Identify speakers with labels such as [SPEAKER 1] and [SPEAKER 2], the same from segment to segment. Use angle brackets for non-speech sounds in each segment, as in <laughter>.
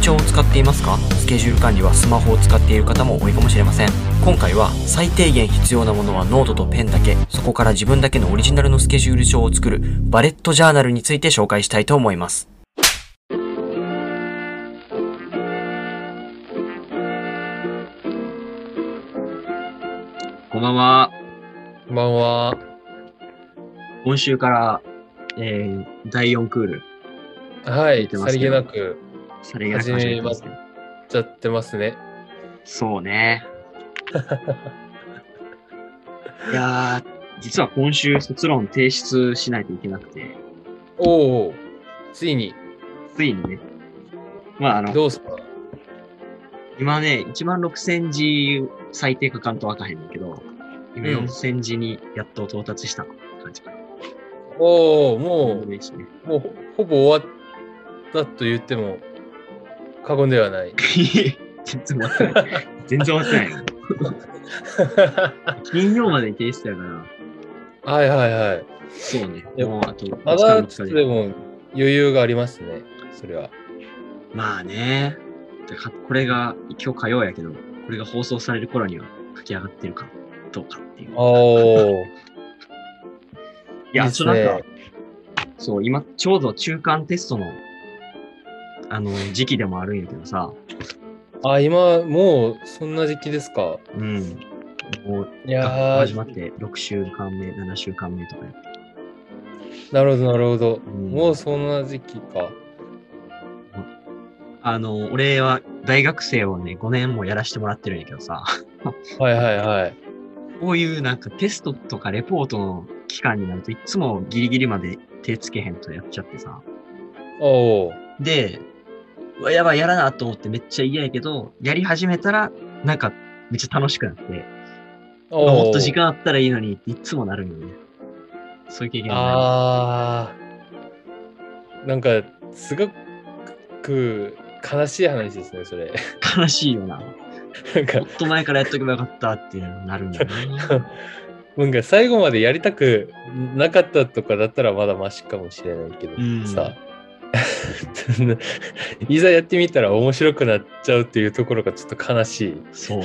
[SPEAKER 1] 帳を使っていますかスケジュール管理はスマホを使っている方も多いかもしれません今回は最低限必要なものはノートとペンだけそこから自分だけのオリジナルのスケジュール帳を作るバレットジャーナルについて紹介したいと思いますこんばんは
[SPEAKER 2] こんばんは。
[SPEAKER 1] 今週から、えー、第4クール
[SPEAKER 2] はい、
[SPEAKER 1] てま
[SPEAKER 2] さ
[SPEAKER 1] す
[SPEAKER 2] り
[SPEAKER 1] け
[SPEAKER 2] げ
[SPEAKER 1] ど
[SPEAKER 2] なく
[SPEAKER 1] さりげなく始めてますけど
[SPEAKER 2] やっちゃってますね。
[SPEAKER 1] そうね。いやー、実は今週卒論提出しないといけなくて、
[SPEAKER 2] おお、ついに、
[SPEAKER 1] ついにね。まあ、あの、
[SPEAKER 2] どうすか
[SPEAKER 1] 今ね、1万6000字最低書かんとあかへんねんけど、今
[SPEAKER 2] うん
[SPEAKER 1] 4000字にやっと到達した感じかな。
[SPEAKER 2] おお、も
[SPEAKER 1] 嬉しいね。 <laughs>
[SPEAKER 2] う、もう、ほぼ終わったと言っても過言ではない。 <laughs>
[SPEAKER 1] 全然終わってない。全然終わってない。金曜までに提出やから、
[SPEAKER 2] はいはいはい。
[SPEAKER 1] そうね。
[SPEAKER 2] いや
[SPEAKER 1] もうあと、
[SPEAKER 2] ま
[SPEAKER 1] 時間
[SPEAKER 2] だ
[SPEAKER 1] も
[SPEAKER 2] ちょ
[SPEAKER 1] 使
[SPEAKER 2] っ
[SPEAKER 1] え
[SPEAKER 2] と
[SPEAKER 1] ない
[SPEAKER 2] でも余裕がありますね、それは。
[SPEAKER 1] まあね。でかこれが、今日火曜やけど、これが放送される頃には書き上がってるか、どうかっていう。
[SPEAKER 2] おお、
[SPEAKER 1] いや、
[SPEAKER 2] です
[SPEAKER 1] そうなん
[SPEAKER 2] ね
[SPEAKER 1] か、そう、今、ちょうど中間テストの、あの、時期でもあるんやけどさ、
[SPEAKER 2] あ、今、もうそんな時期ですか。
[SPEAKER 1] うん。もう、
[SPEAKER 2] い
[SPEAKER 1] 学校
[SPEAKER 2] や
[SPEAKER 1] 始まっ
[SPEAKER 2] ー、
[SPEAKER 1] て6週間目、7週間目とかやって。
[SPEAKER 2] なるほどなるほど。
[SPEAKER 1] うん
[SPEAKER 2] もうそんな時期か。
[SPEAKER 1] あの、俺は大学生をね、5年もやらしてもらってるんやけどさ、 <laughs>
[SPEAKER 2] はいはいはい。
[SPEAKER 1] こういうなんかテストとかレポートの期間になるといつもギリギリまで手つけへんとやっちゃってさ、
[SPEAKER 2] おお。
[SPEAKER 1] で、うわ、やばい、やらなと思ってめっちゃ嫌やけど、やり始めたら、なんか、めっちゃ楽しくなって、うわもっと時間あったらいいのにっていつもなるんよね。そういう経験が
[SPEAKER 2] あーなんかすごく悲しい話ですねそれ <laughs>
[SPEAKER 1] ない悲しいよな。も
[SPEAKER 2] なんか
[SPEAKER 1] っと前からやっとけばよかったってなるんだよね。
[SPEAKER 2] <laughs> なんか最後までやりたくなかったとかだったらまだマシかもしれないけど、
[SPEAKER 1] うん
[SPEAKER 2] さ <laughs> いざやってみたら面白くなっちゃうっていうところがちょっと悲しい
[SPEAKER 1] そう。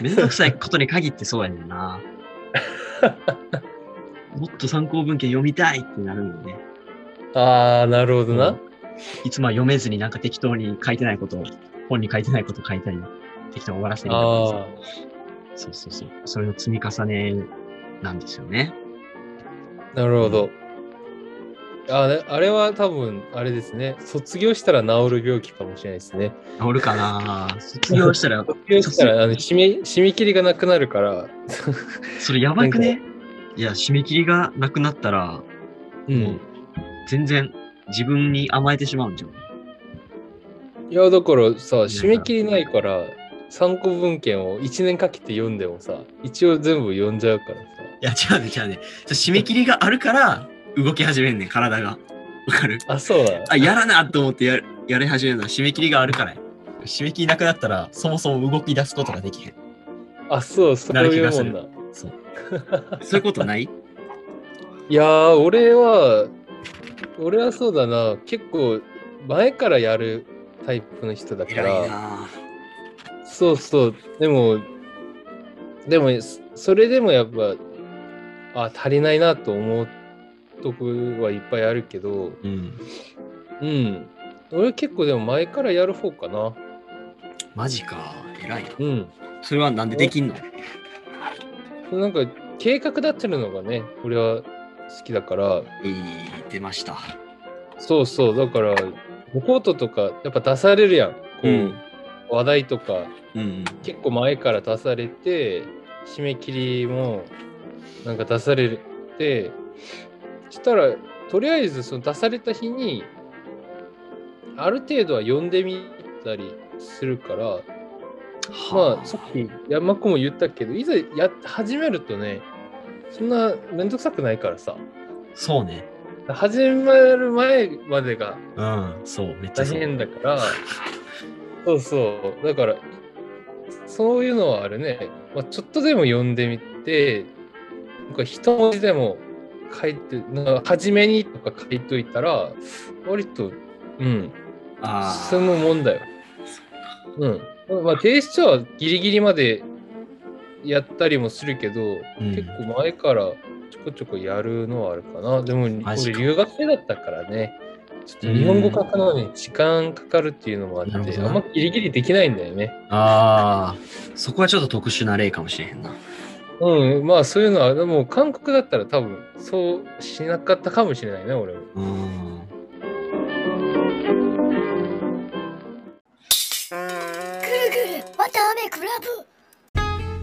[SPEAKER 1] めんどくさいことに限ってそうやねんな。もっと参考文献読みたいってなるんよね。
[SPEAKER 2] ああなるほどな、
[SPEAKER 1] いつもは読めずになんか適当に書いてないことを、本に書いてないこと書いたり、適当に終わらせるみたいなさ
[SPEAKER 2] あ
[SPEAKER 1] そうそうそう。それの積み重ねなんですよね。
[SPEAKER 2] あなるほど、あーあれは多分あれですね卒業したら治る病気かもしれないですね
[SPEAKER 1] 治るかな卒業した <laughs> ら、
[SPEAKER 2] 卒業したらあの締め締め切りがなくなるから、
[SPEAKER 1] それやばくねいや、締め切りがなくなったら、
[SPEAKER 2] うん、
[SPEAKER 1] 全然自分に甘えてしまうんじゃん。
[SPEAKER 2] いやだからさ
[SPEAKER 1] んか
[SPEAKER 2] 締め切りないから参考文献を1年かけて読んでもさ一応全部読んじゃうからさ
[SPEAKER 1] いや、違うね、違うね。そう締め切りがあるから、動き始めんねん、体が。わかる
[SPEAKER 2] あそうだ
[SPEAKER 1] あ、やらなと思ってややり始めるのは締め切りがあるからや。締め切りなくなったら、そもそも動き出すことができへん。
[SPEAKER 2] あそうそう
[SPEAKER 1] なる気
[SPEAKER 2] い
[SPEAKER 1] が
[SPEAKER 2] う
[SPEAKER 1] す
[SPEAKER 2] も
[SPEAKER 1] る
[SPEAKER 2] んだ
[SPEAKER 1] そう。そういうことない
[SPEAKER 2] いやー俺は俺はそうだな結構前からやるタイプの人だから
[SPEAKER 1] 偉いな
[SPEAKER 2] そうそう。でも、でも、そそれでもやっぱ、あ、足りないなと思うとこはいっぱいあるけど、
[SPEAKER 1] うん。
[SPEAKER 2] うん。俺結構でも前からやる方かな。
[SPEAKER 1] マジか。偉いな。
[SPEAKER 2] うん。
[SPEAKER 1] それはなんでできんの
[SPEAKER 2] なんか、計画立てるのがね、俺は好きだから、
[SPEAKER 1] いい、出ました。
[SPEAKER 2] そうそう。だから、レポートとか、やっぱ出されるやん。こう、
[SPEAKER 1] うん
[SPEAKER 2] 話題とか、
[SPEAKER 1] うん。
[SPEAKER 2] 結構前から出されて締め切りもなんか出されてしたらとりあえずその出された日にある程度は読んでみたりするからまあさっき山子も言ったけどいざや始めるとねそんな面倒くさくないからさ
[SPEAKER 1] そうね。
[SPEAKER 2] 始まる前までが
[SPEAKER 1] うん、そう、めっちゃ
[SPEAKER 2] 大
[SPEAKER 1] そう。
[SPEAKER 2] 変だから、そうそう、だから、そういうのはあるね、まあ、ちょっとでも読んでみて、なんか一文字でも書いて、なんか初めにとか書いといたら、割と、うん、
[SPEAKER 1] あ
[SPEAKER 2] 進む
[SPEAKER 1] ー
[SPEAKER 2] もんだよ。うん。まあ、提出はギリギリまでやったりもするけど、
[SPEAKER 1] うん
[SPEAKER 2] 結構前からちょこちょこやるのはあるかな。でも、
[SPEAKER 1] マ
[SPEAKER 2] 俺
[SPEAKER 1] ジか
[SPEAKER 2] 留学生だったからね、ちょっと日本語書くのに時間かかるっていうのもあ
[SPEAKER 1] な
[SPEAKER 2] っ
[SPEAKER 1] る
[SPEAKER 2] て、
[SPEAKER 1] ほど
[SPEAKER 2] あん
[SPEAKER 1] な
[SPEAKER 2] まギリギリできないんだよね。
[SPEAKER 1] ああ、そこはちょっと特殊な例かもしれへんな。
[SPEAKER 2] うん、まあそういうのは、でも韓国だったら多分そうしなかったかもしれないね、俺も。
[SPEAKER 1] うん。
[SPEAKER 3] Google, what the heck, Rabu?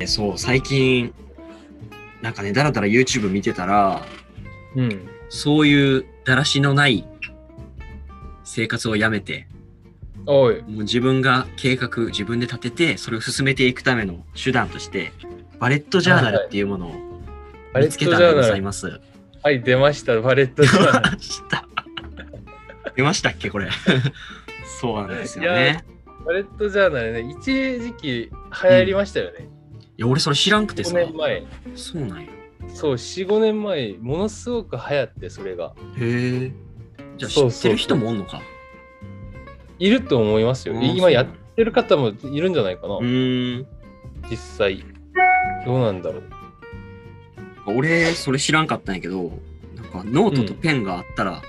[SPEAKER 1] えそう、最近、なんかね、だらだら YouTube 見てたら、
[SPEAKER 2] うん。
[SPEAKER 1] そういうだらしのない生活をやめて、
[SPEAKER 2] おい。
[SPEAKER 1] もう自分が計画、自分で立てて、それを進めていくための手段として、バレットジャーナルっていうものを
[SPEAKER 2] バレ
[SPEAKER 1] 見
[SPEAKER 2] ッ
[SPEAKER 1] つ
[SPEAKER 2] ト
[SPEAKER 1] け
[SPEAKER 2] ジ
[SPEAKER 1] た
[SPEAKER 2] ャ
[SPEAKER 1] んで
[SPEAKER 2] ー
[SPEAKER 1] ご
[SPEAKER 2] ナ
[SPEAKER 1] ざい
[SPEAKER 2] ル。
[SPEAKER 1] ます。
[SPEAKER 2] はい、出ました、バレットジ
[SPEAKER 1] 出
[SPEAKER 2] ャーナル。
[SPEAKER 1] ました。出ましたっけ、これ。 <laughs> そうなんですよ
[SPEAKER 2] い
[SPEAKER 1] ね
[SPEAKER 2] や。バレットジャーナルね、一時期流行りましたよね。
[SPEAKER 1] いや、俺それ知らんくて
[SPEAKER 2] 5
[SPEAKER 1] さ。
[SPEAKER 2] 年前。
[SPEAKER 1] そうなんや。
[SPEAKER 2] そう、4、5年前、ものすごく流行って、それが。
[SPEAKER 1] へえ。じゃあ
[SPEAKER 2] そうそう
[SPEAKER 1] 知ってる人もおんのか。
[SPEAKER 2] いると思いますよ。
[SPEAKER 1] うん
[SPEAKER 2] 今やってる方もいるんじゃないかな
[SPEAKER 1] う、ーん。
[SPEAKER 2] 実際。どうなんだろう。
[SPEAKER 1] 俺、それ知らんかったんやけど、なんかノートとペンがあったら、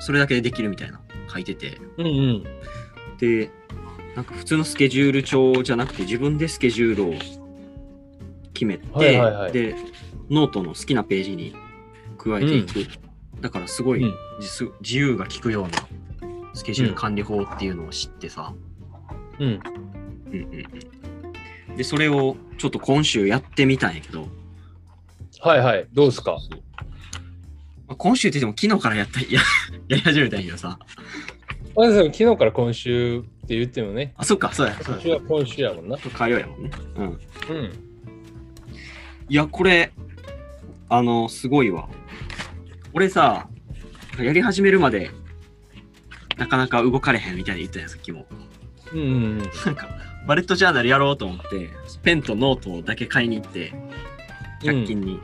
[SPEAKER 1] それだけでできるみたいな、書いてて。
[SPEAKER 2] うんうん。
[SPEAKER 1] で、なんか普通のスケジュール帳じゃなくて、自分でスケジュールを決めて、
[SPEAKER 2] はいはいはい
[SPEAKER 1] で、ノートの好きなページに加えていく。だからすごい、
[SPEAKER 2] うん
[SPEAKER 1] 自自由が利くようなスケジュール管理法っていうのを知ってさ。
[SPEAKER 2] うん。
[SPEAKER 1] うんうんうんで、それをちょっと今週やってみたんやけど、
[SPEAKER 2] はいはい。どうですか
[SPEAKER 1] そうまあ、今週って言っても昨日からやった、や <laughs> やり始めたんやけどさ。
[SPEAKER 2] まず昨日から今週って言ってもね、
[SPEAKER 1] あ、そっか、そうや、そう
[SPEAKER 2] 今
[SPEAKER 1] や
[SPEAKER 2] 週。は今週やもんな。
[SPEAKER 1] 火曜やもんね。うん。
[SPEAKER 2] うん。
[SPEAKER 1] いや、これ、あの、すごいわ。俺さ、やり始めるまで、なかなか動かれへんみたいに言ったんや、さっきも。
[SPEAKER 2] うんうんうん。
[SPEAKER 1] なんか、バレットジャーナルやろうと思って、ペンとノートだけ買いに行って、100均に。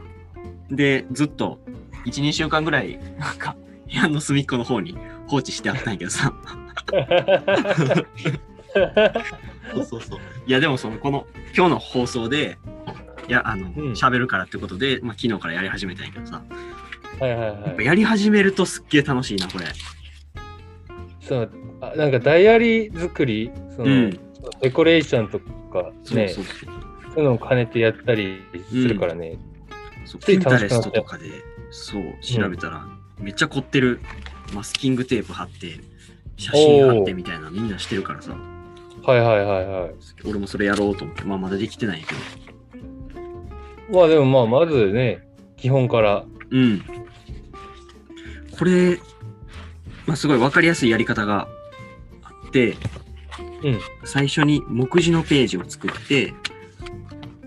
[SPEAKER 1] で、ずっと、1、2週間ぐらい、なんか、部屋の隅っこの方に放置してあったんやけどさ。 <laughs> そうそうそう。いや、でもその、この、今日の放送で、いや、あの、喋、るからってことで、まあ、昨日からやり始めたんやけどさ。
[SPEAKER 2] はいはい
[SPEAKER 1] やっぱ
[SPEAKER 2] はい。
[SPEAKER 1] やり始めるとすっげえ楽しいな、これ。
[SPEAKER 2] そのあなんかダイアリー作り、その、
[SPEAKER 1] うん。
[SPEAKER 2] デコレーションとか
[SPEAKER 1] そう
[SPEAKER 2] ね、
[SPEAKER 1] そ
[SPEAKER 2] そう
[SPEAKER 1] う。
[SPEAKER 2] いうのを兼ねてやったりするからね。
[SPEAKER 1] そう
[SPEAKER 2] つ
[SPEAKER 1] ピ
[SPEAKER 2] い
[SPEAKER 1] ンタ
[SPEAKER 2] 楽
[SPEAKER 1] レ
[SPEAKER 2] しくな
[SPEAKER 1] ス
[SPEAKER 2] っちゃ
[SPEAKER 1] ト
[SPEAKER 2] う
[SPEAKER 1] とかで、そう、調べたら、めっちゃ凝ってる。マスキングテープ貼って、写真貼ってみたいな、みんなしてるからさ。
[SPEAKER 2] はいはいはいはい。
[SPEAKER 1] 俺もそれやろうと思って、まあ、まだできてないんやけど。
[SPEAKER 2] まあでもまあ、まずね、基本から。
[SPEAKER 1] うん。これ、まあ、すごい分かりやすいやり方があって、
[SPEAKER 2] うん
[SPEAKER 1] 最初に目次のページを作って、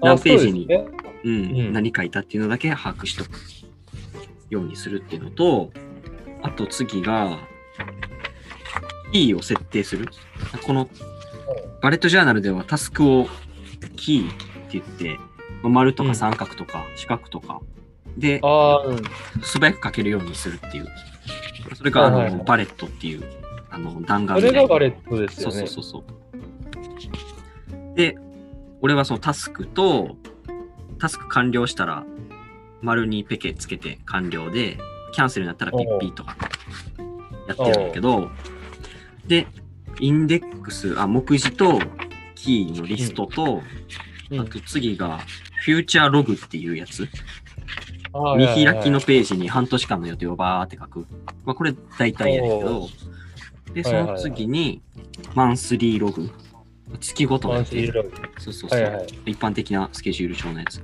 [SPEAKER 2] あ
[SPEAKER 1] 何ページに
[SPEAKER 2] そうですね
[SPEAKER 1] うん
[SPEAKER 2] うん
[SPEAKER 1] 何書いたっていうのだけ把握しとくようにするっていうのと、あと次が、キーを設定する。このバレットジャーナルではタスクをキーって言って、まあ丸と
[SPEAKER 2] う
[SPEAKER 1] か
[SPEAKER 2] ん
[SPEAKER 1] 三角とか四角とか、で、
[SPEAKER 2] ああ、うん
[SPEAKER 1] 素早く書けるようにするっていう。それがあの、
[SPEAKER 2] はいはいはい
[SPEAKER 1] バレットっていうあの弾丸
[SPEAKER 2] そ
[SPEAKER 1] みたい
[SPEAKER 2] れ
[SPEAKER 1] な
[SPEAKER 2] がバレットです
[SPEAKER 1] そ
[SPEAKER 2] よ
[SPEAKER 1] うそ
[SPEAKER 2] ね
[SPEAKER 1] う。そうそう。で、俺はそのタスクと、タスク完了したら、丸にペケつけて完了で、キャンセルになったらピッピーとかやってるんだけど、で、インデックス、あ、目次と、キーのリストと、
[SPEAKER 2] うん
[SPEAKER 1] あと次が、フューチャーログっていうやつ。
[SPEAKER 2] あー
[SPEAKER 1] 見
[SPEAKER 2] はいはい
[SPEAKER 1] 開
[SPEAKER 2] はい
[SPEAKER 1] きのページに半年間の予定をバーって書く。まあ、これ大体やねんけど
[SPEAKER 2] お、
[SPEAKER 1] で、
[SPEAKER 2] は
[SPEAKER 1] そ
[SPEAKER 2] いはい
[SPEAKER 1] の
[SPEAKER 2] はい
[SPEAKER 1] 次に、マンスリーログ。月ごとの
[SPEAKER 2] ワ
[SPEAKER 1] や
[SPEAKER 2] ン
[SPEAKER 1] つ
[SPEAKER 2] シー
[SPEAKER 1] ね。
[SPEAKER 2] ル
[SPEAKER 1] そうそうそう。
[SPEAKER 2] はいはい。
[SPEAKER 1] 一般的なスケジュール帳のやつ。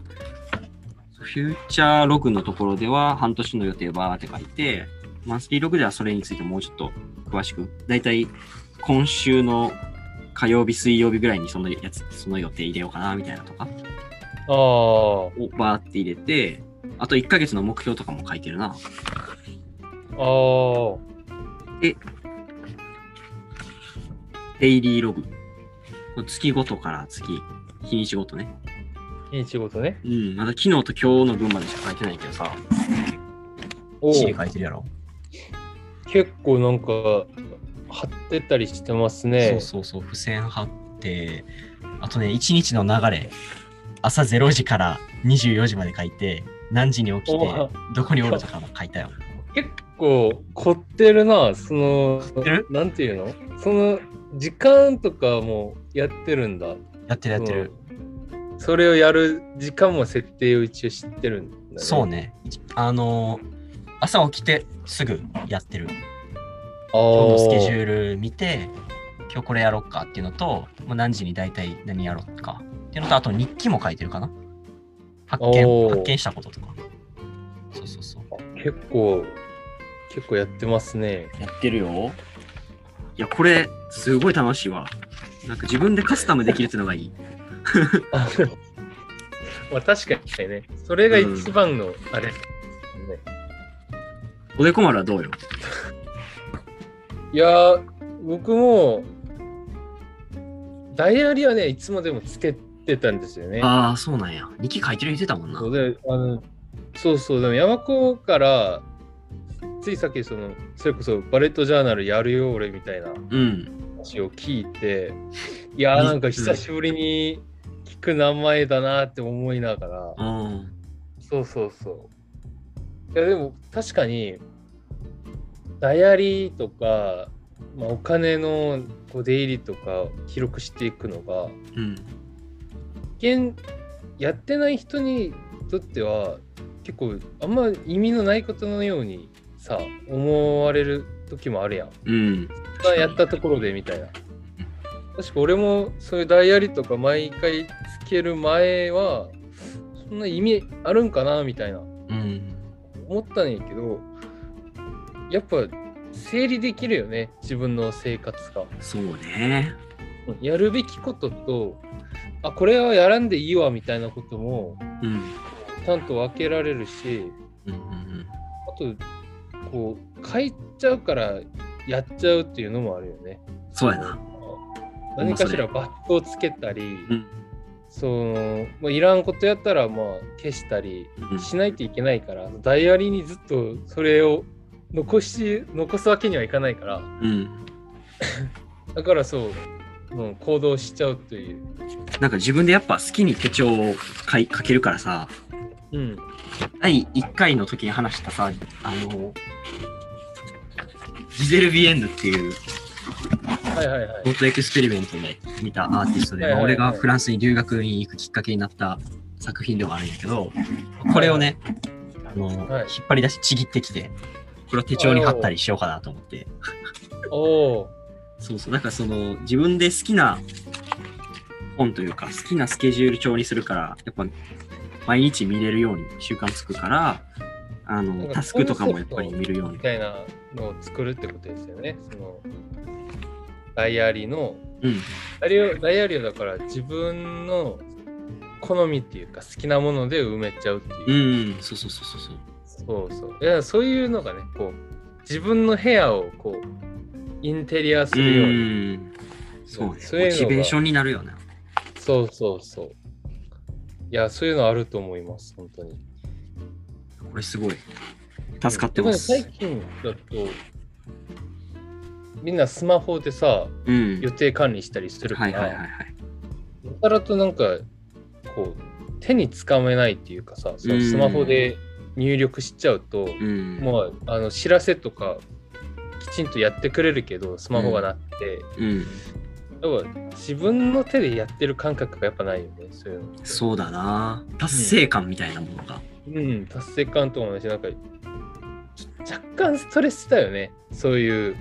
[SPEAKER 1] フューチャーログのところでは、半年の予定バーって書いて、マンスリーログではそれについてもうちょっと詳しく、大体今週の火曜日、水曜日ぐらいにそのやつ、その予定入れようかな、みたいなとか、
[SPEAKER 2] あー
[SPEAKER 1] をバーって入れて、あと1ヶ月の目標とかも書いてるな。
[SPEAKER 2] あー。
[SPEAKER 1] デイリーログ。これ月ごとから月、日にちごとね。
[SPEAKER 2] いい仕事ね。
[SPEAKER 1] うん、まだ昨日と今日の分までしか書いてないけどさ、
[SPEAKER 2] おお。
[SPEAKER 1] 書いてるやろ。
[SPEAKER 2] 結構なんか貼ってたりしてますね。
[SPEAKER 1] そうそうそう、付箋貼って、あとね、一日の流れ、朝0時から24時まで書いて、何時に起き
[SPEAKER 2] お
[SPEAKER 1] て
[SPEAKER 2] わ、
[SPEAKER 1] どこにおるとかも書いたよ。
[SPEAKER 2] 結構凝ってるな、その
[SPEAKER 1] てる、
[SPEAKER 2] なんていうのその時間とかもやってるんだ。
[SPEAKER 1] やってるやってる。
[SPEAKER 2] うん。それをやる時間も設定を一応知ってるんだ、ね。
[SPEAKER 1] そうね。あのー朝起きてすぐやってる。
[SPEAKER 2] あ
[SPEAKER 1] 今日の
[SPEAKER 2] ー。
[SPEAKER 1] スケジュール見て、今日これやろうかっていうのと、もう何時に大体何やろうかっていうのと、あと日記も書いてるかな。発見、
[SPEAKER 2] おー
[SPEAKER 1] 発見したこととか。そうそうそう。
[SPEAKER 2] 結構、結構やってますね。 <laughs>
[SPEAKER 1] やってるよ。いや、これ、すごい楽しいわ。なんか自分でカスタムできるってのがいい。
[SPEAKER 2] あのまあ確かにね、それが一番のあれ、ね
[SPEAKER 1] おでこ丸はどうよ。
[SPEAKER 2] いやー、僕も、ダイアリーはね、いつもでもつけてたんですよね。
[SPEAKER 1] ああ、そうなんや。日記書いてる言ってたもんな
[SPEAKER 2] そう。であのそうそう、でも山子から、ついさっきその、それこそバレットジャーナルやるよ、俺みたいな
[SPEAKER 1] うん。
[SPEAKER 2] 話を聞いて、いやー、なんか久しぶりに聞く名前だなって思いながら。
[SPEAKER 1] うん。
[SPEAKER 2] そうそうそう。いやでも確かにダイアリーとか、まあ、お金のこう出入りとか記録していくのが
[SPEAKER 1] うん。
[SPEAKER 2] 現やってない人にとっては結構あんま意味のないことのようにさ思われる時もあるやん。
[SPEAKER 1] うん。
[SPEAKER 2] まあやったところでみたいな。確か俺もそういうダイアリーとか毎回つける前はそんな意味あるんかなみたいな。
[SPEAKER 1] うん。
[SPEAKER 2] 思ったんやけどやっぱ整理できるよね自分の生活が
[SPEAKER 1] そうね。
[SPEAKER 2] やるべきこととあこれはやらんでいいわみたいなことも
[SPEAKER 1] うん。
[SPEAKER 2] ちゃんと分けられるし
[SPEAKER 1] うんうん
[SPEAKER 2] あとこう書いちゃうからやっちゃうっていうのもあるよね
[SPEAKER 1] うん。そうやな。
[SPEAKER 2] 何かしらバットをつけたり、
[SPEAKER 1] うん
[SPEAKER 2] そのまあ、いらんことやったらまあ消したり
[SPEAKER 1] うん
[SPEAKER 2] しないといけないから、ダイアリーにずっとそれを残し残すわけにはいかないから
[SPEAKER 1] うん。
[SPEAKER 2] だからそう、うん、行動しちゃうという、
[SPEAKER 1] なんか自分でやっぱ好きに手帳を書い書けるからさ、
[SPEAKER 2] うん、
[SPEAKER 1] 第1回の時に話したさ、あの、ジゼル・ビエンヌっていう
[SPEAKER 2] はいはいはい
[SPEAKER 1] フォートエクスペリメントで見たアーティストで、
[SPEAKER 2] はい
[SPEAKER 1] まあ
[SPEAKER 2] はいは
[SPEAKER 1] 俺
[SPEAKER 2] い
[SPEAKER 1] がフランスに留学に行くきっかけになった作品ではあるんやけど、これをね、あの、
[SPEAKER 2] はい
[SPEAKER 1] 引っ張り出しちぎってきて、これを手帳に貼ったりしようかなと思って。
[SPEAKER 2] おお
[SPEAKER 1] そうそう、だからその自分で好きな本というか、好きなスケジュール帳にするから、やっぱ毎日見れるように習慣つくから、あ
[SPEAKER 2] なん
[SPEAKER 1] の、
[SPEAKER 2] か
[SPEAKER 1] タスクとかもやっぱり見るように
[SPEAKER 2] み。たいなのを作るってことですよねそのダイアリーの
[SPEAKER 1] うん。
[SPEAKER 2] ダイアリーをダイアリーをだから自分の好みっていうか好きなもので埋めちゃうって
[SPEAKER 1] う
[SPEAKER 2] いう、
[SPEAKER 1] ん、そうそうそうそうそう。
[SPEAKER 2] そうそういやそういうのがねこう自分の部屋をこうインテリアす
[SPEAKER 1] う
[SPEAKER 2] るように
[SPEAKER 1] ん。そうね。モチ
[SPEAKER 2] そういうのが
[SPEAKER 1] ベーションになるよね。
[SPEAKER 2] そうそうそういやそういうのあると思います本当に
[SPEAKER 1] これすごい。助かってます。
[SPEAKER 2] でもね最近だと、みんなスマホでさ、
[SPEAKER 1] うん。
[SPEAKER 2] 予定管理したりするか
[SPEAKER 1] はい
[SPEAKER 2] ら、
[SPEAKER 1] はいはいは
[SPEAKER 2] や
[SPEAKER 1] い。
[SPEAKER 2] たらとなんか、こう、手につかめないっていうかさ、そのスマホで入力しちゃうと、
[SPEAKER 1] うん。
[SPEAKER 2] もうあの知らせとか、きちんとやってくれるけど、スマホがなって、
[SPEAKER 1] うん。
[SPEAKER 2] やっぱ自分の手でやってる感覚がやっぱないよね、そういうのって。
[SPEAKER 1] そうだな。達成感みたいなものが。
[SPEAKER 2] うん、達成感ともないし、なんか、ち若干ストレスだよね、そういう、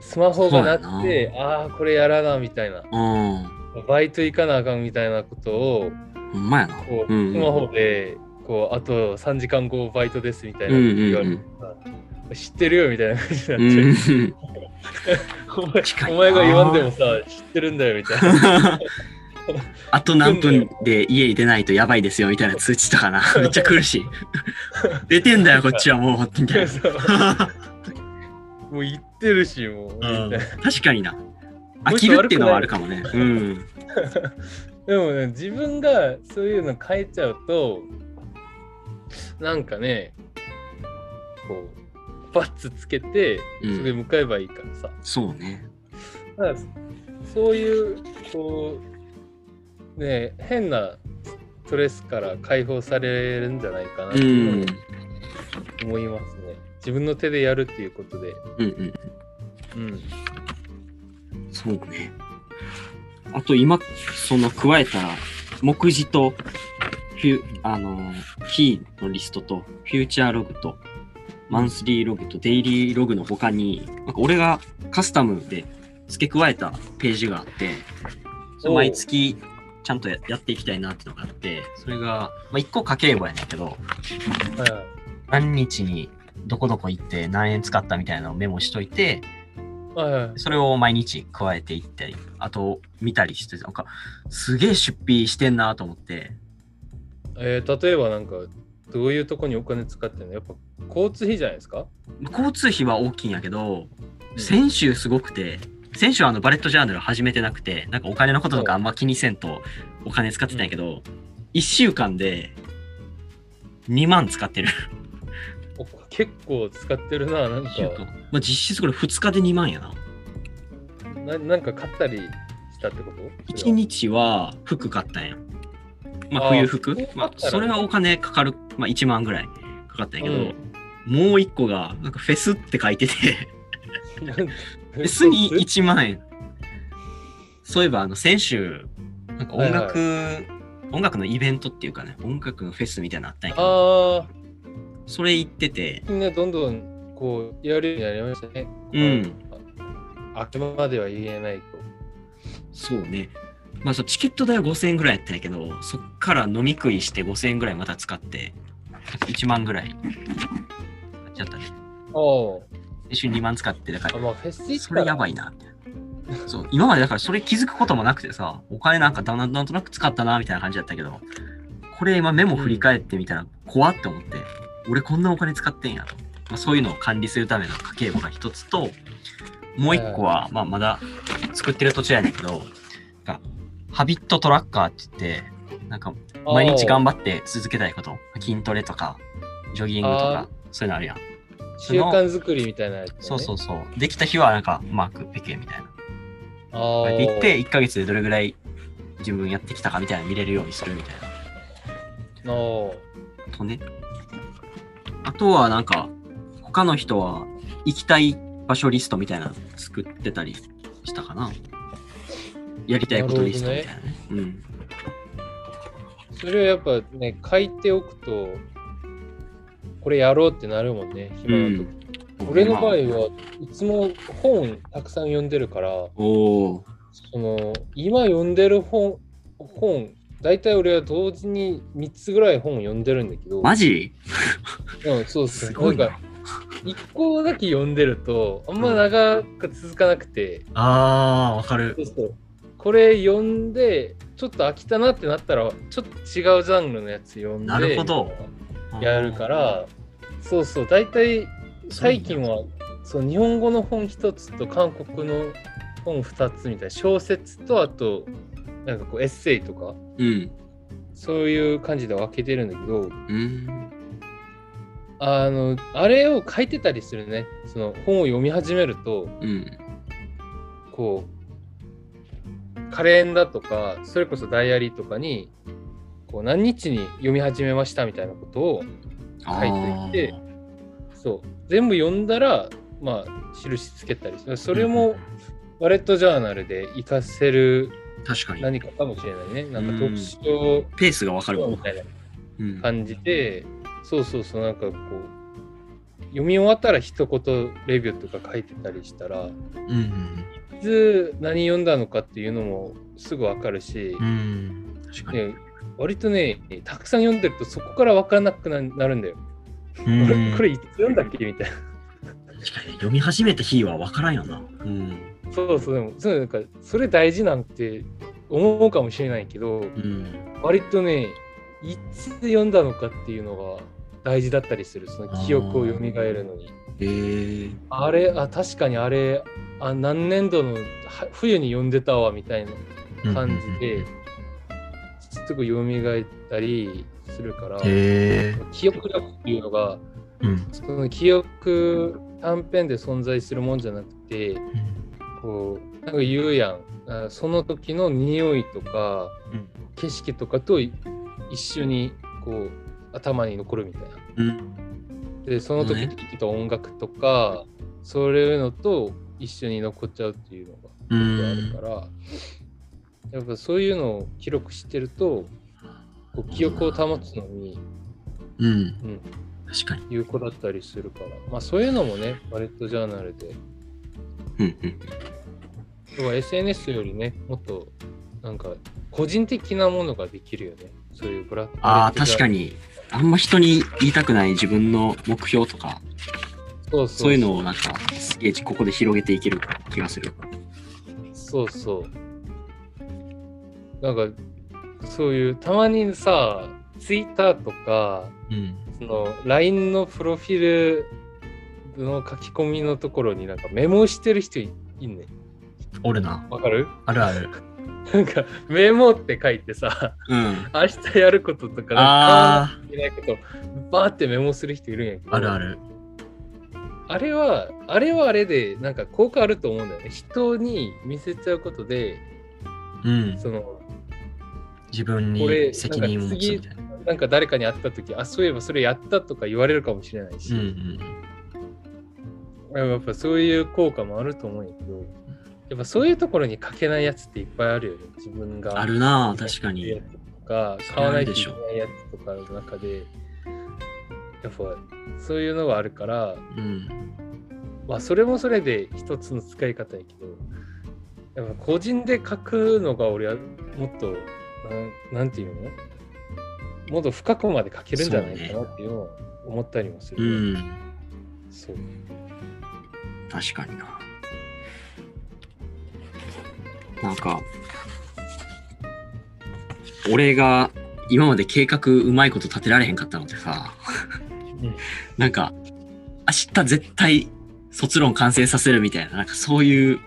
[SPEAKER 2] スマホがなっ
[SPEAKER 1] そうや
[SPEAKER 2] て、ああー、これやらな、みたいな、
[SPEAKER 1] うん。
[SPEAKER 2] バイト行かなあかんみたいなことを、
[SPEAKER 1] ほんまやな。
[SPEAKER 2] こう、
[SPEAKER 1] うんうん
[SPEAKER 2] スマホで、こう、あと3時間後バイトですみたい
[SPEAKER 1] うん
[SPEAKER 2] な
[SPEAKER 1] う
[SPEAKER 2] こと言われて
[SPEAKER 1] ん
[SPEAKER 2] さ、知ってるよみたいな感じ
[SPEAKER 1] うん。う
[SPEAKER 2] になっ
[SPEAKER 1] ん。
[SPEAKER 2] て、
[SPEAKER 1] 近い
[SPEAKER 2] お
[SPEAKER 1] な
[SPEAKER 2] 前お前が言わんでもさ、知ってるんだよみたいな。 <laughs>
[SPEAKER 1] あと何分で家に出ないとやばいですよみたいな通知とかな。めっちゃ苦 <laughs> しい。出てんだよ、こっちはもう。みたいな。
[SPEAKER 2] そうもう言ってるし、もう、みたいな。
[SPEAKER 1] 確かにな。飽きるっていうのはあるかもね。うん。
[SPEAKER 2] でもね自分がそういうの変えちゃうとなんかねこうバッツつけて、
[SPEAKER 1] うん
[SPEAKER 2] それ向かえばいいからさ。
[SPEAKER 1] そうね。
[SPEAKER 2] だからそういう、こう、ねえ、変なストレスから解放されるんじゃないかな
[SPEAKER 1] う
[SPEAKER 2] と
[SPEAKER 1] ん。
[SPEAKER 2] 思いますね。自分の手でやるっていうことで。
[SPEAKER 1] うんうん。
[SPEAKER 2] うん。
[SPEAKER 1] そうね。あと今、その加えた、目次と、フュあのー、キーのリストと、フューチャーログと、マンスリーログとデイリーログの他に、なんか俺がカスタムで付け加えたページがあって、それ
[SPEAKER 2] おう
[SPEAKER 1] 毎月ちゃんとややっていきたいなってのがあって、それが、まあ、1個家計簿やねんけど、
[SPEAKER 2] はい
[SPEAKER 1] 何日にどこどこ行って何円使ったみたいなのをメモしといて、
[SPEAKER 2] はいはい。
[SPEAKER 1] それを毎日加えていったり、あと見たりして、なんかすげえ出費してんなと思って、
[SPEAKER 2] えー例えばなんか、どういうとこにお金使ってんのやっぱ交通費じゃないですか
[SPEAKER 1] 交通費は大きいんやけど、
[SPEAKER 2] うん
[SPEAKER 1] 先週すごくて、先週はあのバレットジャーナル始めてなくて、なんかお金のこととかあんま気にせんとお金使ってたんやけど、1週間で2万使
[SPEAKER 2] <laughs>
[SPEAKER 1] ってる。
[SPEAKER 2] お結構使ってるな、なんか、
[SPEAKER 1] <laughs> まあ、実質これ2日で2万やな。
[SPEAKER 2] ななんか買ったりしたってこと
[SPEAKER 1] 1日は服買ったんや。まあ
[SPEAKER 2] あー
[SPEAKER 1] 冬服
[SPEAKER 2] 服買ったら
[SPEAKER 1] まあ、それはお金かかる、まあ、1万ぐらいかかったんやけど、
[SPEAKER 2] うん
[SPEAKER 1] もう1個がなんかフェスって書いてて
[SPEAKER 2] フ
[SPEAKER 1] フェス
[SPEAKER 2] <laughs>
[SPEAKER 1] に1万円そういえばあの先週なんか音楽、音楽のイベントっていうかね音楽のフェスみたいなのあったんやけど
[SPEAKER 2] ああ、
[SPEAKER 1] それ行ってて
[SPEAKER 2] みんなどんどんこうやるようになりましたね。
[SPEAKER 1] うん。
[SPEAKER 2] あけまでは言えないと。
[SPEAKER 1] そうねまあそうチケット代は5000円ぐらいやったんやけどそっから飲み食いして5000円ぐらいまた使って1万ぐらい買っちゃったね
[SPEAKER 2] あ
[SPEAKER 1] 先週2万使ってだから
[SPEAKER 2] あ、まあフェス行った
[SPEAKER 1] それやば
[SPEAKER 2] い。
[SPEAKER 1] いな、みたいな。そう、今までだからそれ気づくこともなくてさ、お金なんかだんだんなんとなく使ったな、みたいな感じだったけど、これ今メモ振り返ってみたら怖って思って、俺こんなお金使ってんやと思って。まあ、そういうのを管理するための家計簿が一つと、もう一個は、まあまだ作ってる途中やねんけど、なんかハビットトラッカーって言って、なんか毎日頑
[SPEAKER 2] 張
[SPEAKER 1] 張って続けたいこと、筋トレとか、ジョギングと
[SPEAKER 2] あ
[SPEAKER 1] か、そういうのあるやん。
[SPEAKER 2] 習慣作りみたいなやつ、ね。。
[SPEAKER 1] そうそううそう。できた日はなんかマーク、ペケみたいな。
[SPEAKER 2] あ
[SPEAKER 1] こう
[SPEAKER 2] あ。
[SPEAKER 1] やって行って1ヶ月でどれぐらい自分やってきたかみたいなの見れるようにするみたい
[SPEAKER 2] あー
[SPEAKER 1] なとねあとはなんか他の人は行きたい場所リストみたいなの作ってたりしたかなやりたいことリストみたいなねうん
[SPEAKER 2] それはやっぱね、書いておくと、これやろうってなるもんね、暇な時。俺の場合はいつも本たくさん読んでるから、
[SPEAKER 1] おお
[SPEAKER 2] その今読んでる本本大体俺は同時に3つぐらい本読んでるんだけど、
[SPEAKER 1] マジ
[SPEAKER 2] うん、そうそ
[SPEAKER 1] す
[SPEAKER 2] う
[SPEAKER 1] ごい
[SPEAKER 2] な
[SPEAKER 1] なん
[SPEAKER 2] か1個だけ読んでるとあんま長く続かなくて、
[SPEAKER 1] あーわかる
[SPEAKER 2] そうそうこれ読んでちょっと飽きたなってなったらちょっと違うジャンルのやつ読んで
[SPEAKER 1] なるほど
[SPEAKER 2] やるからそうそう大体最近はそう日本語の本一つと韓国の本二つみたいな小説とあとなんかこうエッセイとか
[SPEAKER 1] うん
[SPEAKER 2] そういう感じで分けてるんだけど
[SPEAKER 1] うん
[SPEAKER 2] あのあれを書いてたりするねその本を読み始めると
[SPEAKER 1] うん
[SPEAKER 2] こうカレンダーとかそれこそダイアリーとかにこう何日に読み始めましたみたいなことを書いていって
[SPEAKER 1] あー
[SPEAKER 2] そう全部読んだらまあ印つけたりするそれもワレットジャーナルで活かせる
[SPEAKER 1] 確かに
[SPEAKER 2] 何かかもしれないねなん
[SPEAKER 1] うん
[SPEAKER 2] か特徴
[SPEAKER 1] ペースがわかるわ
[SPEAKER 2] みたいな
[SPEAKER 1] うん
[SPEAKER 2] 感じでそうそうそうなんかこう読み終わったら一言レビューとか書いてたりしたら
[SPEAKER 1] うん
[SPEAKER 2] いつ何読んだのかっていうのもすぐわかるし
[SPEAKER 1] う、ん確かに
[SPEAKER 2] ね割とねたくさん読んでるとそこからわからなくななるんだよ。
[SPEAKER 1] うん
[SPEAKER 2] これこれいつ読んだっけみたいな
[SPEAKER 1] 確かに読み始めた日は分からんよな。うん。
[SPEAKER 2] そうそうでもそうなんかそれ大事なんて思うかもしれないけど
[SPEAKER 1] うん。
[SPEAKER 2] 割とねいつ読んだのかっていうのが大事だったりするその記憶を蘇るのに
[SPEAKER 1] えー、
[SPEAKER 2] あれあ確かにあれあ何年度のは冬に読んでたわみたいな感じで。すぐ蘇ったりするから、
[SPEAKER 1] え
[SPEAKER 2] 記憶力っていうのが
[SPEAKER 1] うん。
[SPEAKER 2] その記憶短編で存在するもんじゃなくてこうなんか言うやんあその時の匂いとか
[SPEAKER 1] うん。
[SPEAKER 2] 景色とかとい一緒にこう頭に残るみたいな。
[SPEAKER 1] うん。
[SPEAKER 2] でその時に聴いた音楽とか、そういうのと一緒に残っちゃうっていうのが
[SPEAKER 1] うん
[SPEAKER 2] あるから、やっぱそういうのを記録してるとこう記憶を保つのに
[SPEAKER 1] うん
[SPEAKER 2] うん。
[SPEAKER 1] 確かに。
[SPEAKER 2] 有効だったりするから、まあ、そういうのもねバレットジャーナルで
[SPEAKER 1] うんうん。
[SPEAKER 2] 要は SNS よりねもっとなんか個人的なものができるよねそういうブラ
[SPEAKER 1] ああ、確か
[SPEAKER 2] に
[SPEAKER 1] に。あんま人に言いたくない自分の目標とか、
[SPEAKER 2] そうそ
[SPEAKER 1] そうういうのをなんか、すげえここで広げていける気がする。
[SPEAKER 2] そうそう。なんか、そういう、たまにさ、ツイッターとか、
[SPEAKER 1] うん。
[SPEAKER 2] その、LINE のプロフィールの書き込みのところになんかメモしてる人いいんね。
[SPEAKER 1] おるな。
[SPEAKER 2] わかる <laughs>
[SPEAKER 1] あるある。
[SPEAKER 2] なんか、メモって書いてさ、
[SPEAKER 1] うん。
[SPEAKER 2] 明日やることとか、なんか
[SPEAKER 1] あ
[SPEAKER 2] いけないこと、バーってメモする人いるんやけど、
[SPEAKER 1] あ、あるあ。る。
[SPEAKER 2] あれは、あれはあれで、なんか効果あると思うんだよね。人に見せちゃうことで、
[SPEAKER 1] うん。
[SPEAKER 2] その、
[SPEAKER 1] 自分
[SPEAKER 2] これ
[SPEAKER 1] に責任を持つみたいな。
[SPEAKER 2] なんか誰かに会った時あそういえばそれやったとか言われるかもしれないし、
[SPEAKER 1] うんうん。
[SPEAKER 2] やっぱそういう効果もあると思うんやけどやっぱそういうところに書けないやつっていっぱいあるよね自分が
[SPEAKER 1] あるな確かに
[SPEAKER 2] やってるやつとか
[SPEAKER 1] そ
[SPEAKER 2] 買
[SPEAKER 1] れ
[SPEAKER 2] わ
[SPEAKER 1] あ
[SPEAKER 2] な
[SPEAKER 1] る
[SPEAKER 2] い
[SPEAKER 1] で
[SPEAKER 2] とい
[SPEAKER 1] し
[SPEAKER 2] け
[SPEAKER 1] ょ
[SPEAKER 2] ないやつとかの中でやっぱそういうのがあるから
[SPEAKER 1] うん。
[SPEAKER 2] まあそれもそれで一つの使い方やけどやっぱ個人で書くのが俺はもっとなんなんていうのもっと深くまで書けるんじゃないかなっていうのを思ったりもする
[SPEAKER 1] う
[SPEAKER 2] ね、
[SPEAKER 1] ん。
[SPEAKER 2] そう。
[SPEAKER 1] 確かにな。なんか、俺が今まで計画うまいこと立てられへんかったのってさ、
[SPEAKER 2] うん
[SPEAKER 1] なんか、明日絶対卒論完成させるみたいな、なんかそういう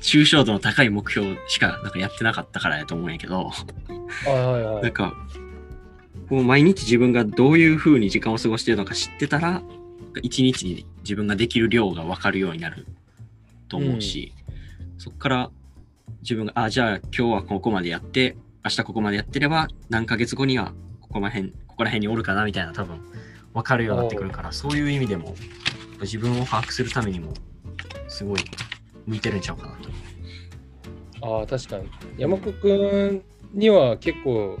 [SPEAKER 1] 抽象度の高い目標しかなんかやってなかったからやと思うんやけど、
[SPEAKER 2] あはいは
[SPEAKER 1] なん
[SPEAKER 2] い。
[SPEAKER 1] か、もう毎日自分がどういう風に時間を過ごしてるのか知ってたら、一日に自分ができる量が分かるようになると思うし、そこから自分が、あ、じゃあ今日はここまでやって、明日ここまでやってれば、何ヶ月後にはここら辺、ここら辺におるかなみたいな多分分かるようになってくるから、そういう意味でも、自分を把握するためにも、すごい向いてるんちゃうかなと。
[SPEAKER 2] ああ、確かに。山子くんには結構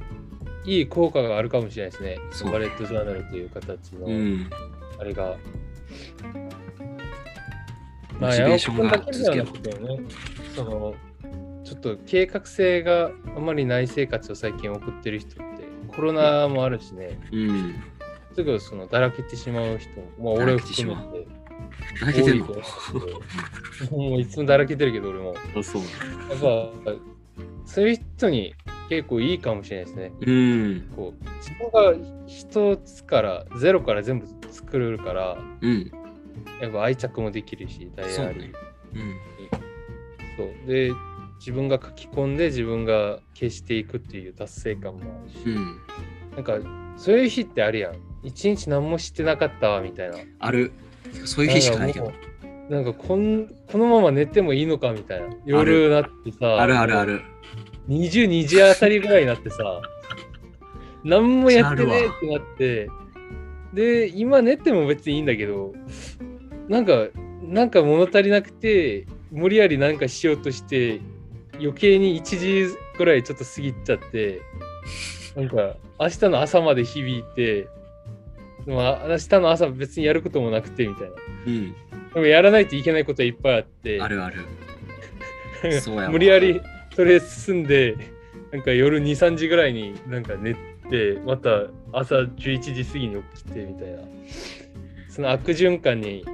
[SPEAKER 2] いい効果があるかもしれないです
[SPEAKER 1] そう
[SPEAKER 2] ね。バレットジャーナルという形の
[SPEAKER 1] うん。
[SPEAKER 2] あれが。
[SPEAKER 1] モチベーションが
[SPEAKER 2] 山子
[SPEAKER 1] 続け
[SPEAKER 2] く
[SPEAKER 1] る
[SPEAKER 2] んだ。けじゃなくてね。そのちょっと計画性があまりない生活を最近送ってる人ってコロナもあるしね、
[SPEAKER 1] うん。
[SPEAKER 2] すぐそのだらけてしまう人も、まあ、
[SPEAKER 1] だ
[SPEAKER 2] 俺を
[SPEAKER 1] らけてし
[SPEAKER 2] 含
[SPEAKER 1] ま
[SPEAKER 2] めて
[SPEAKER 1] だらけ
[SPEAKER 2] 多
[SPEAKER 1] てん
[SPEAKER 2] いと
[SPEAKER 1] の
[SPEAKER 2] 思うんだけどもういつもだらけてるけど俺も。
[SPEAKER 1] あそう。
[SPEAKER 2] やっぱそういう人に結構いいかもしれないですね。
[SPEAKER 1] うん。
[SPEAKER 2] こう自分が一つからゼロから全部作れるから
[SPEAKER 1] うん。
[SPEAKER 2] やっぱ愛着もできるしダイ
[SPEAKER 1] そう
[SPEAKER 2] アリー
[SPEAKER 1] ねうん。
[SPEAKER 2] そう,、で自分が書き込んで自分が消していくっていう達成感もあるし、
[SPEAKER 1] うん。
[SPEAKER 2] なんかそういう日ってあるやん一日何もしてなかったわみたいな
[SPEAKER 1] ある。そういう日しかないけ
[SPEAKER 2] な
[SPEAKER 1] ど
[SPEAKER 2] ん。かもうなんかこんこのまま寝てもいいのかみたいな夜になってさ
[SPEAKER 1] あるあるある。
[SPEAKER 2] 22時あたりぐらいになってさ、何もやってねえってなって、で、今寝ても別にいいんだけど、なんか、なんか物足りなくて、無理やりなんかしようとして、余計に1時ぐらいちょっと過ぎちゃって、なんか、明日の朝まで響いて、でもあ明日の朝別にやることもなくてみたいな。
[SPEAKER 1] うん。
[SPEAKER 2] でもやらないといけないことはいっぱいあって。
[SPEAKER 1] あるある。そうやわ
[SPEAKER 2] 無理やりそれ進んでなんか夜23時ぐらいになんか寝てまた朝11時過ぎに起きてみたいなその悪循環に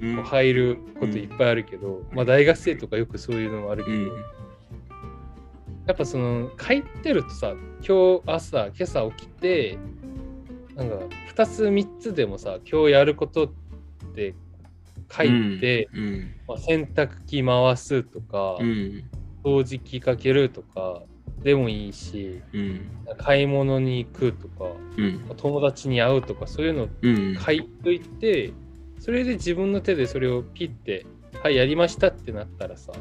[SPEAKER 1] うん。
[SPEAKER 2] こう入ることいっぱいあるけど、まあ、大学生とかよくそういうのもあるけ
[SPEAKER 1] う
[SPEAKER 2] ど、
[SPEAKER 1] ん。
[SPEAKER 2] やっぱその書いてるとさ今日朝今朝起きてなんか2つ3つでもさ今日やることって書いて、
[SPEAKER 1] うん。
[SPEAKER 2] まあ、洗濯機回すとか、
[SPEAKER 1] うん。
[SPEAKER 2] 掃除機かけるとかでもいいし、
[SPEAKER 1] うん。
[SPEAKER 2] 買い物に行くとか、
[SPEAKER 1] うん。
[SPEAKER 2] 友達に会うとか、そういうの
[SPEAKER 1] うん。
[SPEAKER 2] 書いといて、それで自分の手でそれをピッて、はい、やりましたってなったらさ、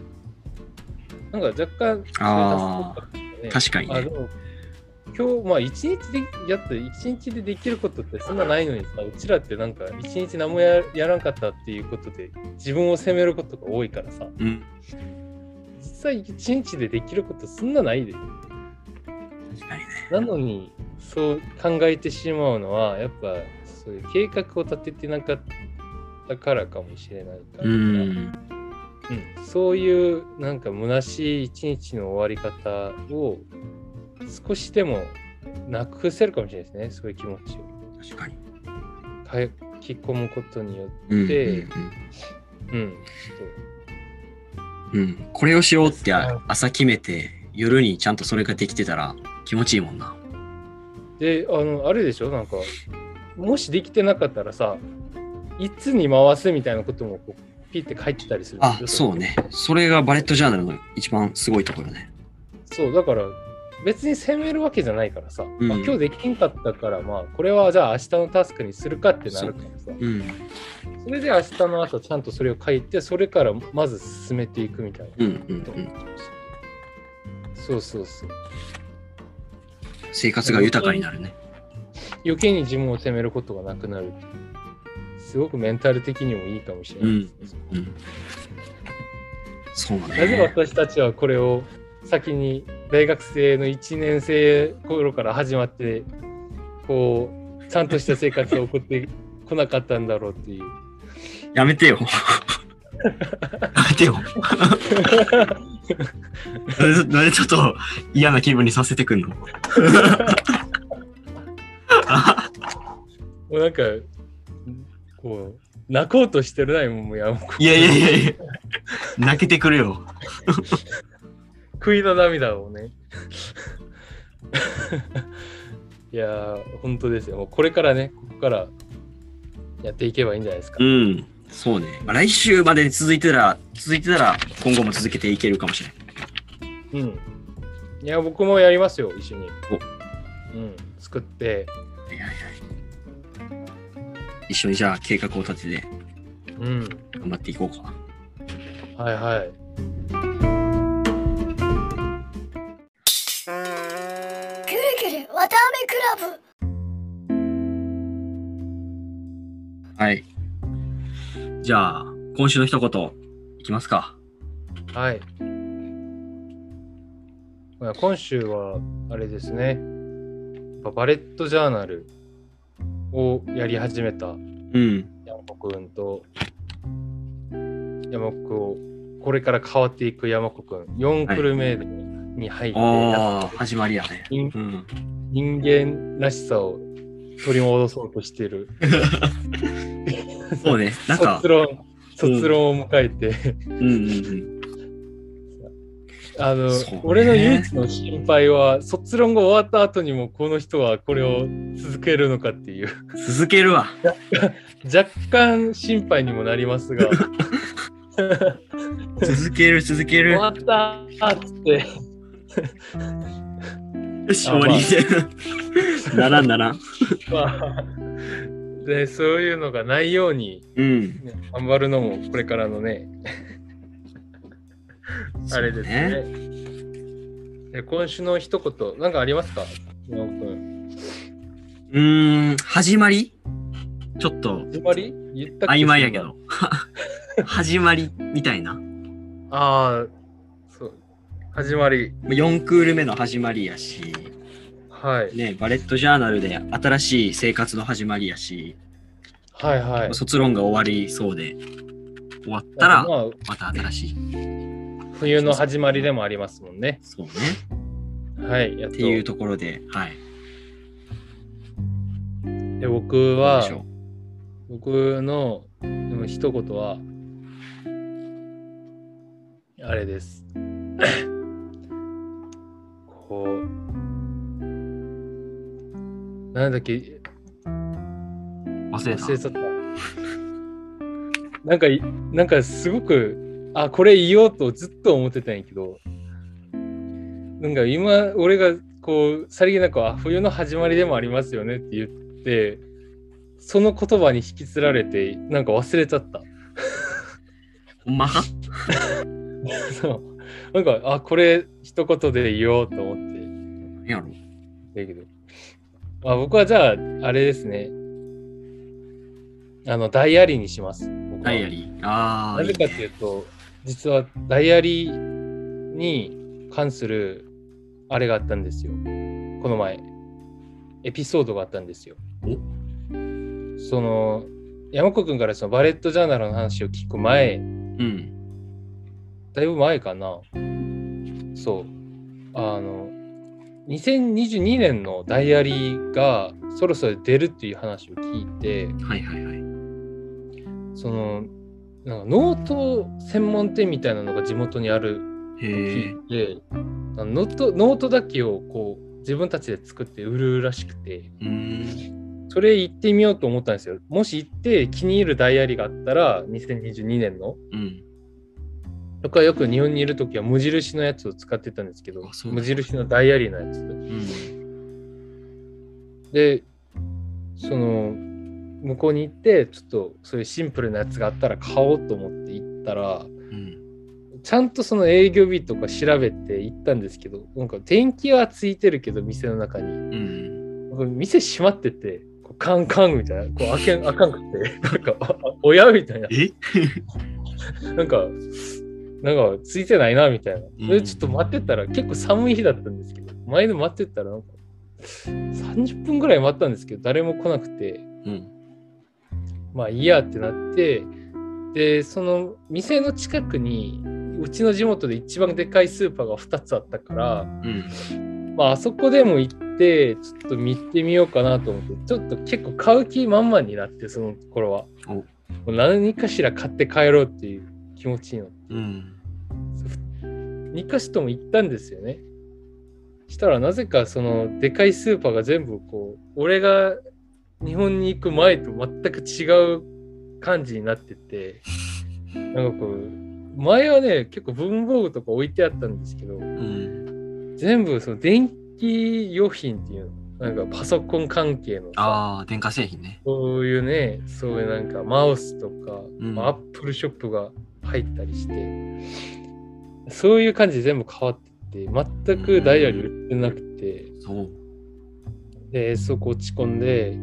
[SPEAKER 2] なんか若干、
[SPEAKER 1] あー
[SPEAKER 2] それ出すとかね
[SPEAKER 1] 確かにね
[SPEAKER 2] あでも今日、まあ一日で、やって一日でできることってそんなないのにさ、うちらってなんか一日何もややらんかったっていうことで、自分を責めることが多いからさ、
[SPEAKER 1] うん。
[SPEAKER 2] 実際一日でできることそんなないで。
[SPEAKER 1] 確かにね。
[SPEAKER 2] なのにそう考えてしまうのはやっぱそういう計画を立ててなかったからかもしれないから、
[SPEAKER 1] うん。
[SPEAKER 2] うんそういうなんか虚しい一日の終わり方を少しでもなくせるかもしれないですねそういう気持ちを
[SPEAKER 1] 確かに。
[SPEAKER 2] 書き込むことによっ
[SPEAKER 1] うん。
[SPEAKER 2] て、
[SPEAKER 1] うん
[SPEAKER 2] うん
[SPEAKER 1] うん。うんこれをしようって朝決めて、夜にちゃんとそれができてたら気持ちいいもんな。
[SPEAKER 2] であのあれでしょなんかもしできてなかったらさいつに回すみたいなこともこうピッて書いてたりするでし
[SPEAKER 1] あ
[SPEAKER 2] ょ、
[SPEAKER 1] そうね。それがバレットジャーナルの一番すごいところね。
[SPEAKER 2] そうだから別に責めるわけじゃないからさ、
[SPEAKER 1] ん
[SPEAKER 2] まあ今日できんかったからまあこれはじゃあ明日のタスクにするかってなるからさ
[SPEAKER 1] うん。
[SPEAKER 2] それで明日の朝ちゃんとそれを書いてそれからまず進めていくみたいな、
[SPEAKER 1] うんうんうん。
[SPEAKER 2] そうそうそう
[SPEAKER 1] 生活が豊かになるね。
[SPEAKER 2] 余計に自分を責めることがなくなるすごくメンタル的にもいいかもしれないですね、
[SPEAKER 1] うん。そうね。
[SPEAKER 2] なぜ私たちはこれを先に大学生の1年生頃から始まってこうちゃんとした生活を送ってこなかったんだろうって <laughs> いう
[SPEAKER 1] やめて <laughs> よ。やめてよ。なんでなんでちょっと嫌な気分にさせてくんの
[SPEAKER 2] もうなんか、こう、泣こうとしてるな、今もうや
[SPEAKER 1] いやいやいやいや。泣けてくれよ。
[SPEAKER 2] 悔いの涙をね。 <laughs> いやー、本当ですよ。もうこれからね、ここからやっていけばいいんじゃないです
[SPEAKER 1] う
[SPEAKER 2] か。
[SPEAKER 1] ん。そうね。まあ来週まで続いてたら、続いてたら今後も続けていけるかもしれない。
[SPEAKER 2] うん。いや、僕もやりますよ、一緒に。
[SPEAKER 1] お
[SPEAKER 2] うん、作って。
[SPEAKER 1] 一緒にじゃあ計画を立てて
[SPEAKER 2] うん。
[SPEAKER 1] 頑張っていこうか。
[SPEAKER 2] はいはい。
[SPEAKER 3] ぐるぐるわたあめクラブ
[SPEAKER 1] はい。じゃあ、今週の一言いきますか。
[SPEAKER 2] はい。まあ今週は、あれですね、やっぱバレットジャーナルをやり始めた
[SPEAKER 1] うん。
[SPEAKER 2] 山子くんと山子をこれから変わっていく山子くん4クルメに入って、
[SPEAKER 1] ああ、始まりやね。
[SPEAKER 2] 人
[SPEAKER 1] うん。
[SPEAKER 2] 人間らしさを取り戻そうとしている
[SPEAKER 1] そうね。なんか
[SPEAKER 2] 卒、論卒論を迎えて、
[SPEAKER 1] うんうんうん。
[SPEAKER 2] あの、
[SPEAKER 1] そうね
[SPEAKER 2] 俺の唯一の心配は卒論が終わった後にもこの人はこれを続けるのかっていう <laughs>
[SPEAKER 1] 続けるわ。
[SPEAKER 2] 若干心配にもなります <laughs> が
[SPEAKER 1] 続ける、続け
[SPEAKER 2] 終
[SPEAKER 1] る。
[SPEAKER 2] わったーっつって
[SPEAKER 1] よし、終わりみたいな。ならんならん。
[SPEAKER 2] まあ <laughs> でそういうのがないように、
[SPEAKER 1] うん。
[SPEAKER 2] ね頑張るのもこれからの
[SPEAKER 1] <laughs>
[SPEAKER 2] ねあれです
[SPEAKER 1] そう。
[SPEAKER 2] ねで今週の一言何かありますか山本君
[SPEAKER 1] うーん、始まりちょっと
[SPEAKER 2] 始まり言ったっけ
[SPEAKER 1] 曖昧やけ
[SPEAKER 2] <laughs>
[SPEAKER 1] ど。始まりみたいな。
[SPEAKER 2] ああそう始まり
[SPEAKER 1] 4クール目の始まりやし、
[SPEAKER 2] はい、
[SPEAKER 1] ね、バレットジャーナルで新しい生活の始まりやし、
[SPEAKER 2] はいはい
[SPEAKER 1] 卒論が終わりそうで、終わったら
[SPEAKER 2] まあ
[SPEAKER 1] また新しい。
[SPEAKER 2] 冬の始まりでもありますもんね
[SPEAKER 1] そうね。
[SPEAKER 2] はいやっ
[SPEAKER 1] っ
[SPEAKER 2] と
[SPEAKER 1] ていうところで、はい。
[SPEAKER 2] で僕
[SPEAKER 1] どう
[SPEAKER 2] は
[SPEAKER 1] でしょ
[SPEAKER 2] 僕のうん一言はあれですこうなんだっけ
[SPEAKER 1] う忘れた
[SPEAKER 2] 忘。れちゃった <laughs> なんかいなんかすごくあこれ言おうとずっと思ってたんやけどなんか今俺がこうさりげなく「あ冬の始まりでもありますよね」って言ってその言葉に引きつられてなんか忘れちゃった。 <laughs>
[SPEAKER 4] ほんまか
[SPEAKER 2] そうなんかあこれ一言で言おうと思って
[SPEAKER 4] 何やろ
[SPEAKER 2] だけど。あ僕はじゃあ、あれですね。あの、ダイアリーにします。僕は
[SPEAKER 4] ダイアリー。ああ、
[SPEAKER 2] なぜかっていうと、実はダイアリーに関するあれがあったんですよ。この前、エピソードがあったんですよ。その、山子くんからそのバレットジャーナルの話を聞く前、
[SPEAKER 4] うん。
[SPEAKER 2] だいぶ前かな。そう。あの、2022年のダイアリーがそろそろ出るっていう話を聞いて、
[SPEAKER 4] はいはいはい。
[SPEAKER 2] その、なんかノート専門店みたいなのが地元にある
[SPEAKER 4] へえ。
[SPEAKER 2] 聞いて、あのノートノートだけをこう自分たちで作って売るらしくて、
[SPEAKER 4] うーん。
[SPEAKER 2] それ行ってみようと思ったんですよ。もし行って気に入るダイアリーがあったら、2022年の。
[SPEAKER 4] うん。
[SPEAKER 2] 僕はよく日本にいる時は無印のやつを使ってたんですけど
[SPEAKER 4] あそうなんだ
[SPEAKER 2] 無印のダイアリーのやつ
[SPEAKER 4] うん。
[SPEAKER 2] でその向こうに行ってちょっとそういうシンプルなやつがあったら買おうと思って行ったら
[SPEAKER 4] うん。
[SPEAKER 2] ちゃんとその営業日とか調べて行ったんですけどなんか電気はついてるけど店の中に
[SPEAKER 4] うん。
[SPEAKER 2] 僕店閉まっててこうカンカンみたいなこう開けん開かんくてなんかああ親みたいな
[SPEAKER 4] え
[SPEAKER 2] なんか、なんかついてないなみたいな。
[SPEAKER 4] う
[SPEAKER 2] で、
[SPEAKER 4] ん
[SPEAKER 2] ちょっと待ってたら、結構寒い日だったんですけど、前で待ってたら、なんか30分ぐらい待ったんですけど、誰も来なく
[SPEAKER 4] う
[SPEAKER 2] て、
[SPEAKER 4] ん。
[SPEAKER 2] まあいいやってなって、で、その店の近くに、うちの地元で一番でかいスーパーが2つあったから、
[SPEAKER 4] うん。
[SPEAKER 2] まああそこでも行って、ちょっと見てみようかなと思って、ちょっと結構買う気満々になって、その頃は。
[SPEAKER 4] お
[SPEAKER 2] もう何かしら買って帰ろうっていう気持ちになって。
[SPEAKER 4] うん。
[SPEAKER 2] 2か所とも行ったんですよね。したらなぜかそのでかいスーパーが全部こう俺が日本に行く前と全く違う感じになっててなんかこう前はね結構文房具とか置いてあったんですけど
[SPEAKER 4] うん。
[SPEAKER 2] 全部その電気用品っていうのなんかパソコン関係のさ
[SPEAKER 4] ああ、電化製品ね。
[SPEAKER 2] そういうねそういうなんかマウスとか、
[SPEAKER 4] うん
[SPEAKER 2] まあアップルショップが入ったりしてそういう感じで全部変わってて全くダイヤル売ってなくて、
[SPEAKER 4] そう。
[SPEAKER 2] でそこ落ち込んで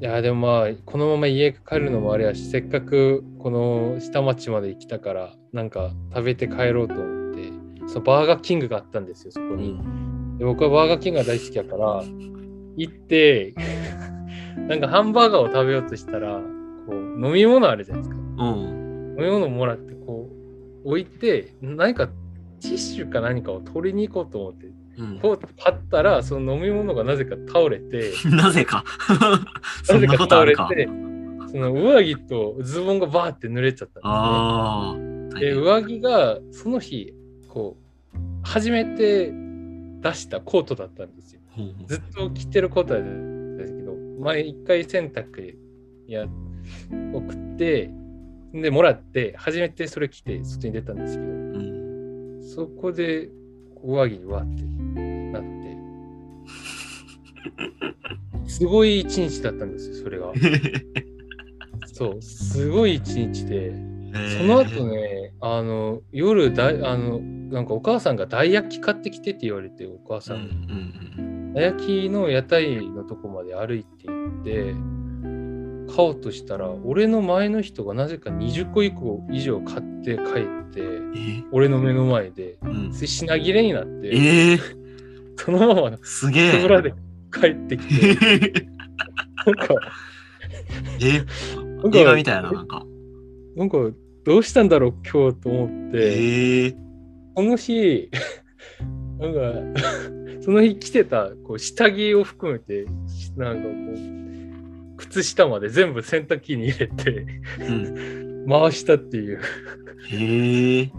[SPEAKER 2] いやでもまあこのまま家帰るのもあれやしせっかくこの下町まで来たからなんか食べて帰ろうと思ってそのバーガーキングがあったんですよそこ
[SPEAKER 4] う
[SPEAKER 2] に。
[SPEAKER 4] ん。
[SPEAKER 2] で僕はバーガーキングが大好きやから行ってなんかハンバーガーを食べようとしたらこう飲み物あるじゃないですか
[SPEAKER 4] うん。
[SPEAKER 2] 飲み物もらってこう置いて何かティッシュか何かを取りに行こうと思って
[SPEAKER 4] うん。
[SPEAKER 2] こう立ったらその飲み物がなぜか倒れて
[SPEAKER 4] なぜ
[SPEAKER 2] <laughs>
[SPEAKER 4] か。そ
[SPEAKER 2] なんぜ
[SPEAKER 4] な
[SPEAKER 2] か
[SPEAKER 4] ことあ
[SPEAKER 2] 倒
[SPEAKER 4] る
[SPEAKER 2] れ
[SPEAKER 4] か。
[SPEAKER 2] てその上着とズボンがバーって濡れちゃったんですね。
[SPEAKER 4] ああ。大
[SPEAKER 2] で
[SPEAKER 4] 変
[SPEAKER 2] 上着がその日こう初めて出したコートだったんですよ。
[SPEAKER 4] ほうほう
[SPEAKER 2] ずっと着てるコートだったんですけど前一回洗濯や送ってでもらって初めてそれ着て外に出たんですけど
[SPEAKER 4] うん。
[SPEAKER 2] そこで上着にわってなってすごい一日だったんですよそれがそうすごい一日で <laughs> その後ね、あの夜だいあのなんかお母さんがたい焼き買ってきてって言われてお母
[SPEAKER 4] う
[SPEAKER 2] さ
[SPEAKER 4] ん
[SPEAKER 2] ん
[SPEAKER 4] う
[SPEAKER 2] に、
[SPEAKER 4] ん
[SPEAKER 2] たい焼きの屋台のとこまで歩いて行って買おうとしたら俺の前の人がなぜか20個以降以上買って帰って
[SPEAKER 4] うん。え
[SPEAKER 2] 俺の目の前で
[SPEAKER 4] うん
[SPEAKER 2] それ品切れになって
[SPEAKER 4] えー、
[SPEAKER 2] そのまます
[SPEAKER 4] げ
[SPEAKER 2] 手
[SPEAKER 4] え
[SPEAKER 2] ぶ。らで帰ってきてなんか
[SPEAKER 4] <laughs> え
[SPEAKER 2] なんか
[SPEAKER 4] 映画みたいな、なんか。
[SPEAKER 2] なんかどうしたんだろう今日と思って。
[SPEAKER 4] ええ
[SPEAKER 2] その日、 <laughs> なんか、その日着てたこう下着を含めて、しなんかこう、靴下まで全部洗濯機に入れて、
[SPEAKER 4] うん。
[SPEAKER 2] 回したっていう
[SPEAKER 4] へえ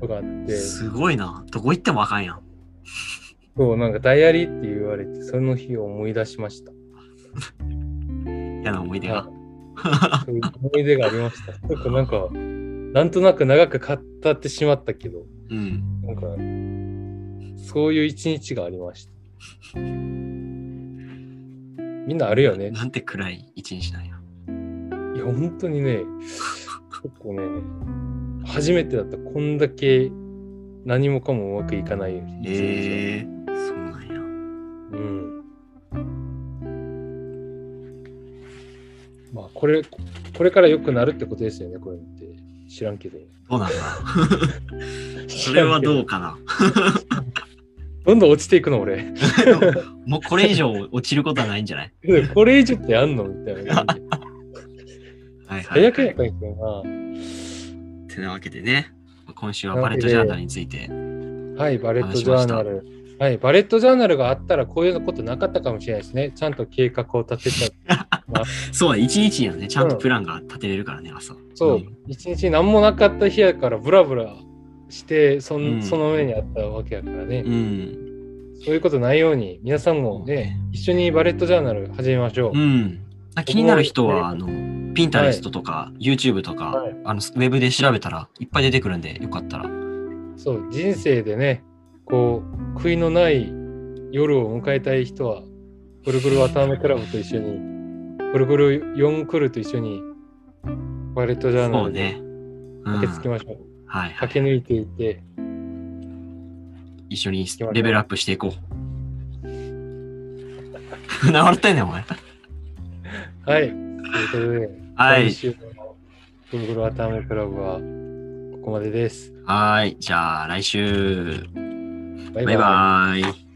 [SPEAKER 2] のがあって、
[SPEAKER 4] すごいな。どこ行ってもあかんやん。
[SPEAKER 2] そう、なんかダイアリーって言われて、その日を思い出しました。
[SPEAKER 4] 嫌な思い出
[SPEAKER 2] は
[SPEAKER 4] が。
[SPEAKER 2] いそういう思い出がありました。なんか、なんか、なんとなく長く語ってしまったけど、
[SPEAKER 4] うん。
[SPEAKER 2] なんか、そういう一日がありました。みんなあるよね。
[SPEAKER 1] なんて暗い一日なんや。
[SPEAKER 2] いや、本当にね、結構ね、初めてだった。こんだけ何もかもうまくいかない一日で
[SPEAKER 1] えー、そうなんや。
[SPEAKER 2] したうん。まあ、これ、これから良くなるってことですよね、これって。知らんけど。
[SPEAKER 1] どうなん
[SPEAKER 2] <laughs>
[SPEAKER 1] だそれはどうかな。
[SPEAKER 2] どんどん落ちていくの、俺。 <laughs>
[SPEAKER 1] もうこれ以上落ちることはないんじゃない
[SPEAKER 2] これ以上ってあんのみたいな感じで。
[SPEAKER 1] はいはい、
[SPEAKER 2] 早く
[SPEAKER 1] はい。
[SPEAKER 2] やったんやけど
[SPEAKER 1] てなわけでね、今週はバレットジャーナルについて。
[SPEAKER 2] な。はい、バレットジャーナル。はい、バレットジャーナルがあったらこういうことなかったかもしれないですね。ちゃんと計画を立てた。
[SPEAKER 1] そうだ、一日にはね、ちゃんとプランが立てれるからね、朝。
[SPEAKER 2] そう、一日何もなかった日やからブラブラして、そ,、、
[SPEAKER 1] うんん
[SPEAKER 2] その上にあったわけやからね
[SPEAKER 1] う。ん。
[SPEAKER 2] そういうことないように、皆さんもね、一緒にバレットジャーナル始めましょう。
[SPEAKER 1] うん。あ気になる人は、あ
[SPEAKER 2] 僕
[SPEAKER 1] の、ピンタレストとか、YouTube とか、
[SPEAKER 2] はい
[SPEAKER 1] あの、ウェブで調べたらいっぱい出てくるんで、よかったら。
[SPEAKER 2] そう、人生でね、こう、悔いのない夜を迎えたい人は、ぐるぐる渡辺クラブと一緒に、ぐるぐる4クルと一緒に、バレットジャーナ
[SPEAKER 1] そう
[SPEAKER 2] ル
[SPEAKER 1] ね
[SPEAKER 2] に。
[SPEAKER 1] うん
[SPEAKER 2] 駆けつけましょう。
[SPEAKER 1] はいはい。
[SPEAKER 2] 駆け抜いていって、
[SPEAKER 1] 一緒に
[SPEAKER 2] ょう
[SPEAKER 1] レベルアップしてい <laughs> こう。な笑ってんねん、お前。
[SPEAKER 2] はい。ということで、
[SPEAKER 1] はい
[SPEAKER 2] 今。週のぐるぐる渡辺クラブは、ここまでです。
[SPEAKER 1] はい。じゃあ、来週。
[SPEAKER 2] バ
[SPEAKER 1] バイバイ。